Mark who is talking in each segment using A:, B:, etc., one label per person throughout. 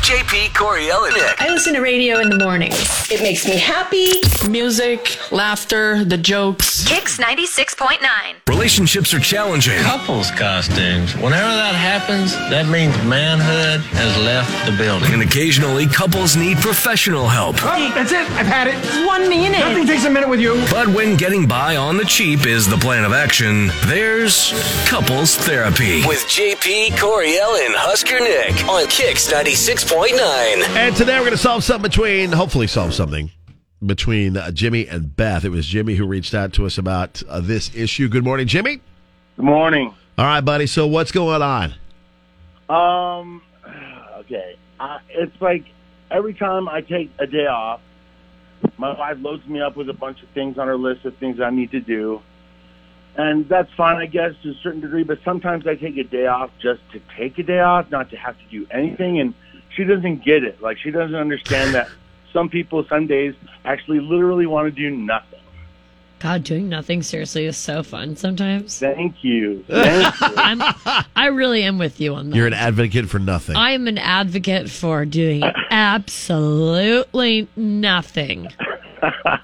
A: JP, Coriel, and Nick.
B: I listen to radio in the mornings.
C: It makes me happy.
D: Music, laughter, the jokes.
E: Kicks 96.9.
A: Relationships are challenging.
F: couples costumes. Whenever that happens, that means manhood has left the building.
A: And occasionally, couples need professional help.
G: Oh, that's it. I've had it.
D: One minute.
G: Nothing takes a minute with you.
A: But when getting by on the cheap is the plan of action, there's couples therapy. With JP, Coriel, and Husker Nick on Kicks 96.9.
H: And today we're going to solve something between, hopefully, solve something between uh, Jimmy and Beth. It was Jimmy who reached out to us about uh, this issue. Good morning, Jimmy.
I: Good morning.
H: All right, buddy. So what's going on?
I: Um, okay. I, it's like every time I take a day off, my wife loads me up with a bunch of things on her list of things I need to do. And that's fine, I guess, to a certain degree, but sometimes I take a day off just to take a day off, not to have to do anything. And she doesn't get it. Like, she doesn't understand that some people, some days, actually literally want to do nothing.
B: God, doing nothing seriously is so fun sometimes.
I: Thank you. Thank you.
B: I'm, I really am with you on that.
H: You're an advocate for nothing.
B: I am an advocate for doing absolutely nothing.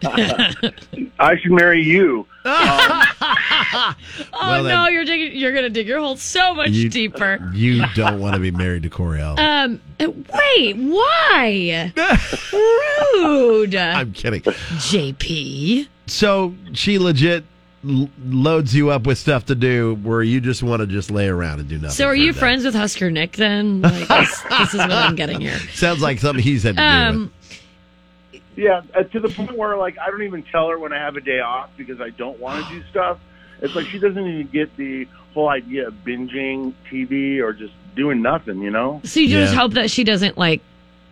I: I should marry you.
B: Oh
H: Well,
B: no,
H: then-
B: you're digging, you're gonna dig your hole so much
H: You-
B: deeper.
H: you don't want to be married to Coriel.
B: Um, wait, why? Rude,
H: I'm kidding.
B: JP.
H: So she legit l- loads you up with stuff to do where you just want to just lay around and do nothing.
B: So, are
H: for
B: you
H: a day.
B: friends with Husker Nick then? Like, this, this is what I'm getting here.
H: Sounds like something he's had to do. With.
B: Um,
I: Yeah, uh, to the point where like I don't even tell her when I have a day off because I don't want to do stuff. It's like she doesn't even get the whole idea of binging TV or just doing nothing, you know?
B: so you just
H: yeah.
B: hope that she doesn't like.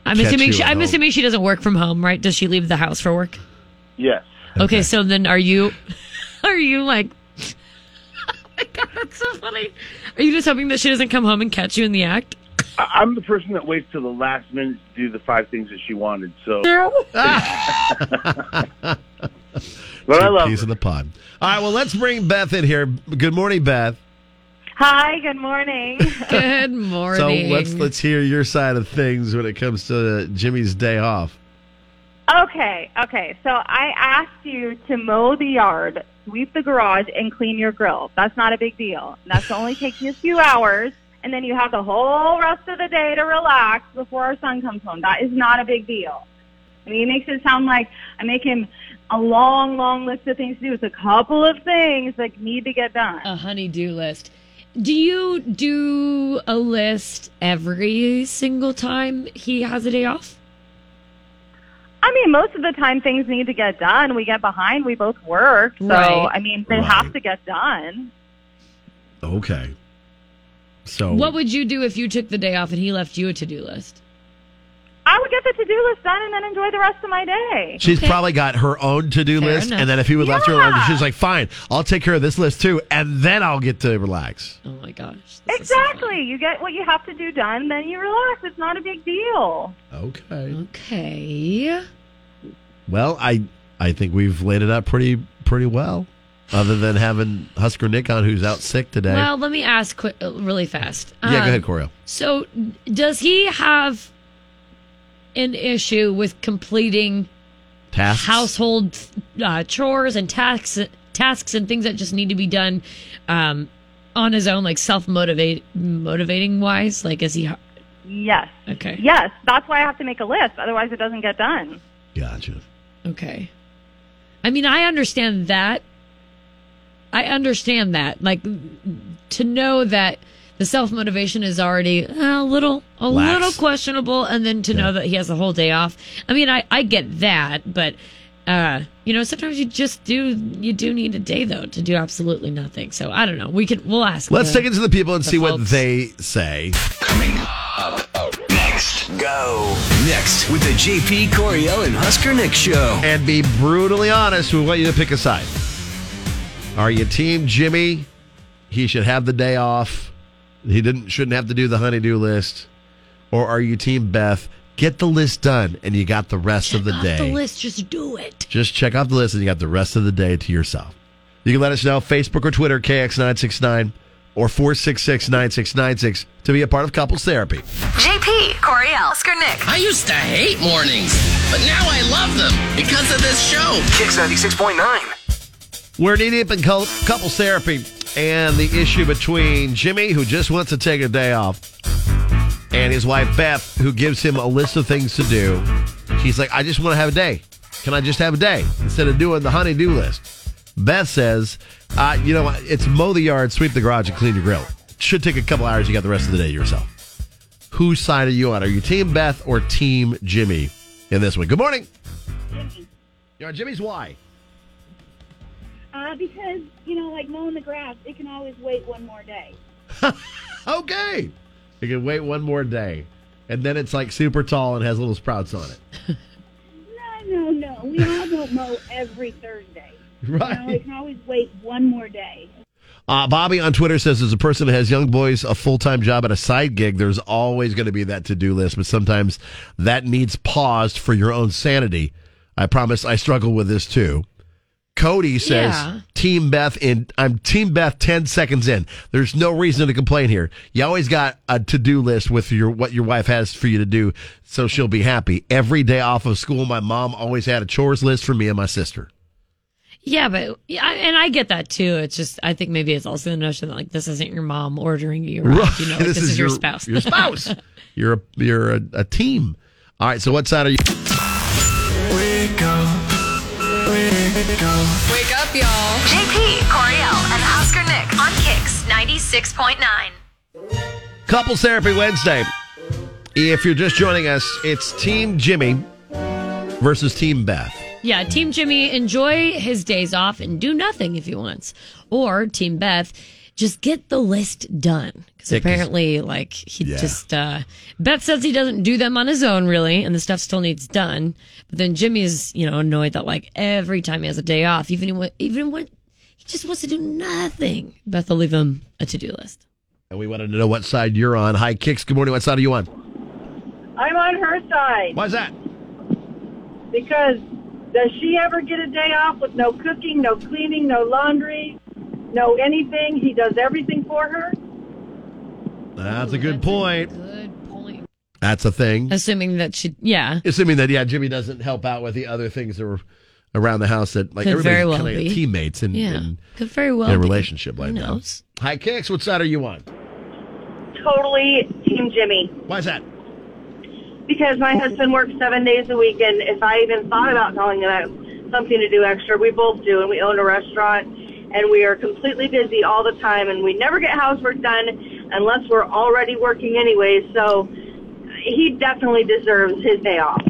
B: I'm
H: Catch
B: assuming
H: you
B: she,
H: at
B: I'm
H: home.
B: assuming she doesn't work from home, right? Does she leave the house for work?
I: Yes.
B: Okay, so then are you? Are you like? Oh my god, that's so funny. Are you just hoping that she doesn't come home and catch you in the act?
I: I- I'm the person that waits till the last minute to do the five things that she wanted. So, but I love
H: He's
I: her.
H: in the pod. All right, well, let's bring Beth in here. Good morning, Beth.
J: Hi, good morning.
B: Good morning.
H: So let's let's hear your side of things when it comes to Jimmy's day off.
J: okay, okay. So I asked you to mow the yard, sweep the garage, and clean your grill. That's not a big deal. That's only takes you a few hours, and then you have the whole rest of the day to relax before our son comes home. That is not a big deal. I mean, he makes it sound like I make him a long, long list of things to do. It's a couple of things that need to get done.
B: a honeydew list. Do you do a list every single time he has a day off?
J: I mean, most of the time things need to get done. We get behind. We both work, so
B: Right.
J: I mean, they
H: Right.
J: have to get done.
H: Okay. So
B: What would you do if you took the day off and he left you a to do list?
J: I would get the to-do list done and then enjoy the rest of my day.
H: she's probably got her own to do
B: Fair
H: list,
B: enough.
H: and then if he would left her alone, she's like, "Fine, I'll take care of this list too, and then I'll get to relax."
B: Oh my gosh. this is so funny.
J: Exactly. You get what you have to do done, then you relax. It's not a big deal.
B: Mm-hmm.
H: Okay.
B: Okay.
H: Well, I I think we've laid it out pretty pretty well. Other than having Husker Nick on, who's out sick today.
B: Well, let me ask qu- uh, really fast.
H: yeah,
B: Um,
H: go ahead, Coriel.
B: So, does he have an issue with completing
H: Tasks.
B: household uh, chores and tasks tasks and things that just need to be done um, on his own like self motivate motivating wise like is he
J: Yes.
B: okay
J: Yes. That's why I have to make a list. Otherwise, it doesn't get done.
H: Gotcha.
B: okay i mean i understand that i understand that like to know that the self motivation is already a little a
H: Lax.
B: little questionable and then to
H: Yeah.
B: know that he has a whole day off i mean i i get that but uh you know sometimes you just do you do need a day though to do absolutely nothing so i don't know we could we'll ask
H: Let's
B: the-
H: take it to the people and
B: the
H: see what
B: folks.
H: they say.
A: uh, Next, go. Next, with the JP, Coriel, and Husker Nick show.
H: and be brutally honest. We want you to pick a side. Are you team Jimmy? He should have the day off. He didn't shouldn't have to do the honeydew list. Or are you team Beth? Get the list done and you got the rest of the
B: Off
H: day.
B: the list just do it
H: Just check off the list and you got the rest of the day to yourself. You can let us know Facebook or Twitter KX969 or 466 9696 to be a part of couples therapy.
C: JP, Coriel, Husker Nick.
E: I used to hate mornings, but now I love them because of this show.
A: Kicks 96.9.
H: We're knee deep in cou- couples therapy and the issue between Jimmy, who just wants to take a day off, and his wife Beth, who gives him a list of things to do. She's like, I just want to have a day. Can I just have a day instead of doing the honey-do list? Beth says, uh, You know, what? it's mow the yard, sweep the garage, and clean your grill. Should take a couple hours. You got the rest of the day to yourself. Whose side are you on? Are you Team Beth or Team Jimmy in this one? Good morning. You're on Jimmy's why?
K: Uh, because, you know, like mowing the grass, it can always wait one more day.
H: okay. You can wait one more day. And then it's like super tall and has little sprouts on it.
K: No, no, no. We all don't mow every Thursday. You know,
H: Right.
K: it can always wait one more day.
H: Uh, Bobby on Twitter says, as a person that has young boys, a full time job, and a side gig, there's always going to be that to do list, but sometimes that needs paused for your own sanity. I promise I struggle with this too. Cody says,
B: Yeah.
H: Team Beth in I'm Team Beth 10 seconds in. There's no reason to complain here. You always got a to-do list with your what your wife has for you to do so she'll be happy. Every day off of school, my mom always had a chores list for me and my sister.
B: Yeah, but yeah, I- and I get that too. It's just I think maybe it's also the notion that like this isn't your mom ordering you, around, you know, like, this, is, your, spouse.
H: Your spouse. you're a, you're a, a team. All right, so what side are you
E: Wake up, y'all.
C: JP, Coriel, and Husker Nick on Kicks 96.9.
H: Couples Therapy Wednesday. If you're just joining us, it's Team Jimmy versus Team Beth.
B: yeah, Team Jimmy enjoy his days off and do nothing if he wants, or Team Beth just get the list done because
H: Yeah, 'cause-
B: apparently like he
H: Yeah.
B: just uh Beth says he doesn't do them on his own really, and the stuff still needs done. But then Jimmy is you know annoyed that like every time he has a day off, even when even when he just wants to do nothing, Beth will leave him a to do list.
H: And we wanted to know what side you're on. Hi, Kicks. Good morning. What side are you on?
L: I'm on her side
H: Why's that?
L: because does she ever get a day off with no cooking, no cleaning, no laundry, no anything? He does everything for her.
H: That's a good point.
B: good point.
H: That's a thing.
B: Assuming that she, yeah,
H: Assuming that yeah, Jimmy doesn't help out with the other things that were around the house that like
B: Could
H: everybody's
B: very well
H: kind of
B: be.
H: teammates in,
B: yeah,
H: in,
B: could very well
H: in a
B: be.
H: relationship like
B: Who
H: that.
B: knows?
H: Hi, Kicks. What side are you on?
L: Totally Team Jimmy
H: Why's that?
L: because my husband works seven days a week, and if I even thought about calling him out something to do extra, we both do, and we own a restaurant, and we are completely busy all the time, and we never get housework done unless we're already working anyway. So he definitely deserves his day off.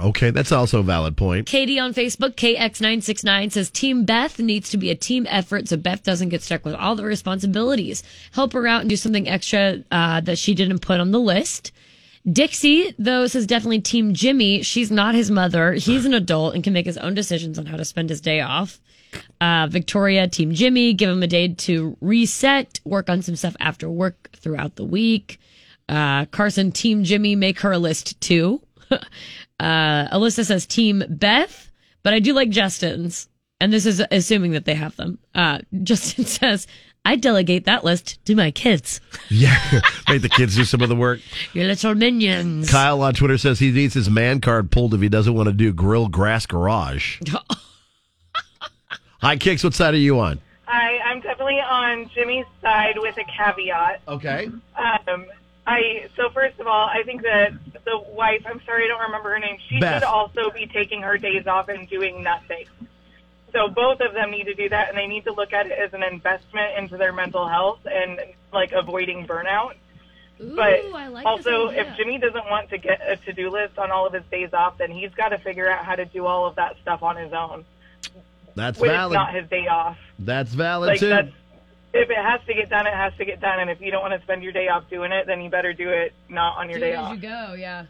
H: Okay, that's also a valid point.
B: Katie on Facebook, KX969 says Team Beth needs to be a team effort so Beth doesn't get stuck with all the responsibilities. Help her out and do something extra uh, that she didn't put on the list. Dixie, though, says definitely Team Jimmy. She's not his mother. He's an adult and can make his own decisions on how to spend his day off. Uh, Victoria, Team Jimmy, give him a day to reset, work on some stuff after work throughout the week. Uh, Carson, Team Jimmy, make her a list too. Uh, Alyssa says Team Beth, but I do like Justin's. And this is assuming that they have them. Uh, Justin says, I delegate that list to my kids,
H: Yeah, make the kids do some of the work.
B: your little minions.
H: Kyle on Twitter says he needs his man card pulled if he doesn't want to do grill grass garage. Hi, Kicks. What side are you on?
M: I, I'm definitely on Jimmy's side with a caveat.
H: Okay.
M: Um, I so first of all, I think that the wife. I'm sorry, I don't remember her name. She
H: Beth.
M: should also be taking her days off and doing nothing. So both of them need to do that, and they need to look at it as an investment into their mental health and like avoiding burnout. but
N: Ooh, I like this
M: also,
N: idea.
M: if Jimmy doesn't want to get a to-do list on all of his days off, then he's got to figure out how to do all of that stuff on his own
H: That's
M: when
H: valid.
M: it's not his day off
H: That's valid
M: like
H: too.
M: that's if it has to get done, it has to get done. And if you don't want to spend your day off doing it, then you better do it not on your
B: Do it
M: day
B: as
M: off.
B: you go, yeah.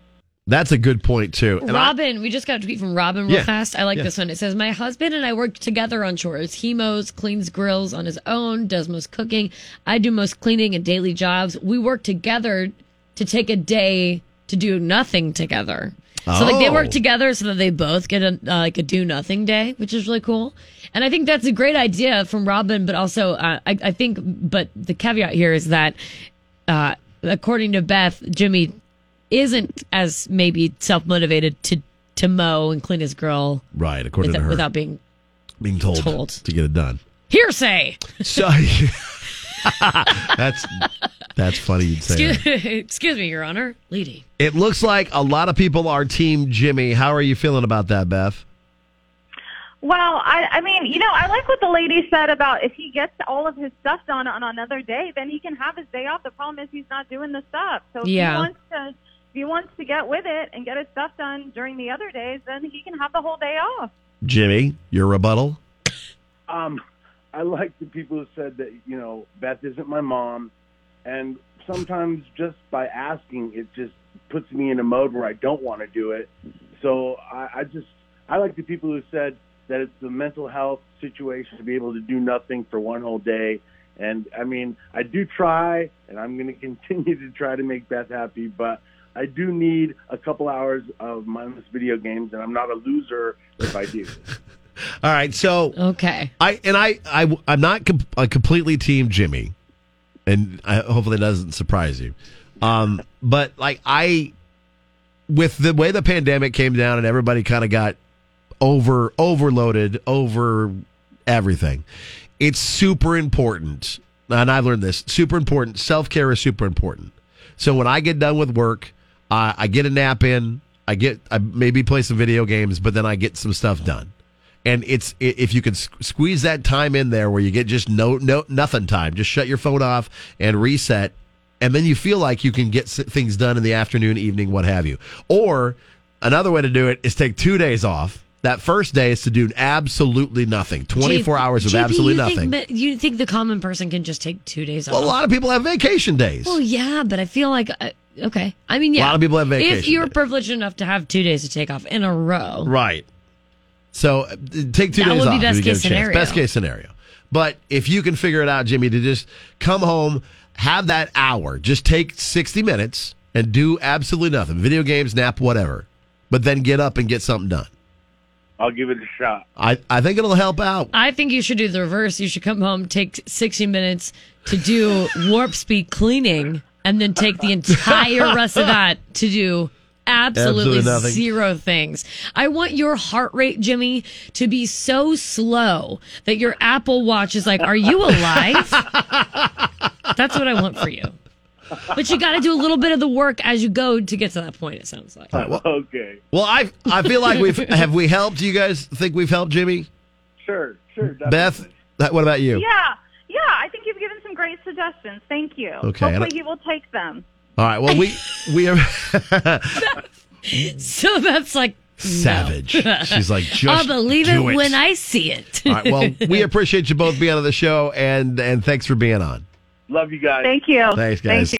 H: That's a good point too. And I-
B: Robin, we just got a tweet from Robin real
H: Yeah.
B: fast. I like
H: Yeah.
B: this one. It says, My husband and I work together on chores. He mows, cleans grills on his own, does most cooking. I do most cleaning and daily jobs. We work together to take a day to do nothing together. So like they
H: Oh.
B: work together so that they both get a uh, like a do nothing day, which is really cool. And I think that's a great idea from Robin, but also uh, I, I think, but the caveat here is that, uh, according to Beth, Jimmy isn't as maybe self motivated to to mow and clean his grill
H: Right, according
B: without,
H: to her.
B: without being
H: being told,
B: told.
H: to get it done.
B: hearsay.
H: So that's that's funny you'd say. that.
B: Excuse, excuse me, Your Honor, lady.
H: It looks like a lot of people are team Jimmy. How are you feeling about that, Beth?
J: Well, I, I mean, you know, I like what the lady said about if he gets all of his stuff done on another day, then he can have his day off. The problem is he's not doing the stuff. So if
B: Yeah.
J: he wants to, if he wants to get with it and get his stuff done during the other days, then he can have the whole day off.
H: Jimmy, your rebuttal?
I: Um, I like the people who said that you know Beth isn't my mom, and sometimes just by asking, it just puts me in a mode where I don't want to do it. So I, I just I like the people who said that it's the mental health situation to be able to do nothing for one whole day. And I mean, I do try, and I'm going to continue to try to make Beth happy, but. I do need a couple hours of mindless video games, and I'm not a loser if I do.
H: All right, so
B: okay,
H: I and I, I I'm not com- uh, completely team Jimmy, and I, hopefully that doesn't surprise you. Um, but like I, with the way the pandemic came down and everybody kind of got over overloaded over everything, it's super important. And I've learned this super important. Self care is super important. So when I get done with work, I, I get a nap in. I get I maybe play some video games, but then I get some stuff done. And it's i- if you could s- squeeze that time in there where you get just no no nothing time, just shut your phone off and reset, and then you feel like you can get s- things done in the afternoon, evening, what have you. Or another way to do it is take two days off. That first day is to do absolutely nothing, twenty four
B: J-
H: hours of
B: JP,
H: absolutely
B: you
H: nothing.
B: Think that- you think the common person can just take two days off?
H: Well, a lot of people have vacation days.
B: Well, yeah, but I feel like uh, okay. I mean, yeah,
H: lot of people have
B: If
H: vacation
B: you're privileged enough to have two days to take off in a row,
H: Right. So uh, take two days
B: That would be
H: off. if
B: best
H: you get a chance.
B: case scenario.
H: Best case scenario. But if you can figure it out, Jimmy, to just come home, have that hour, just take sixty minutes and do absolutely nothing. Video games, nap, whatever. But then get up and get something done.
I: I'll give it a shot.
H: I, I think it'll help out.
B: I think you should do the reverse. You should come home, take 60 minutes to do warp speed cleaning, and then take the entire rest of that to do absolutely,
H: Absolutely nothing.
B: zero things. I want your heart rate, Jimmy, to be so slow that your Apple Watch is like, Are you alive? That's what I want for you. But you got to do a little bit of the work as you go to get to that point, it sounds like.
I: okay.
H: Well, I I feel like we've have we helped. Do you guys think we've helped, Jimmy?
I: Sure, sure. Definitely.
H: Beth, that, what about you?
J: Yeah, yeah. I think you've given some great suggestions. Thank you.
H: Okay, and I-
J: Hopefully, he will take them.
H: All right. Well, we we are
B: So that's like no.
H: savage. She's like, just
B: I'll believe
H: do
B: it, when I see it.
H: All right. Well, we appreciate you both being on the show, and and thanks for being on.
I: Love you guys.
J: Thank you.
B: Oh,
H: Thanks, guys.